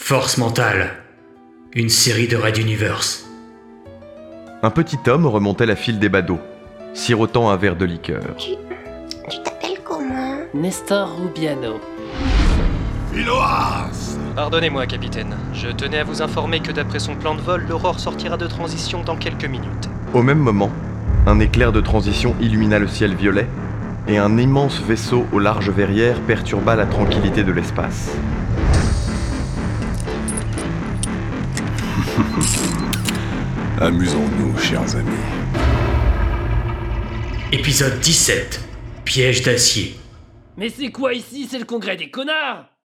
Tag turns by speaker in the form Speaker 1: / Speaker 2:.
Speaker 1: Force mentale. Une série de Red Universe.
Speaker 2: Un petit homme remontait la file des badauds, sirotant un verre de liqueur.
Speaker 3: Tu, tu t'appelles comment
Speaker 4: Nestor Rubiano.
Speaker 5: Philoas
Speaker 6: Pardonnez-moi, capitaine. Je tenais à vous informer que d'après son plan de vol, l'aurore sortira de transition dans quelques minutes.
Speaker 2: Au même moment, un éclair de transition illumina le ciel violet et un immense vaisseau aux larges verrières perturba la tranquillité de l'espace.
Speaker 5: Amusons-nous, chers amis.
Speaker 1: Épisode 17. Piège d'acier.
Speaker 4: Mais c'est quoi ici C'est le congrès des connards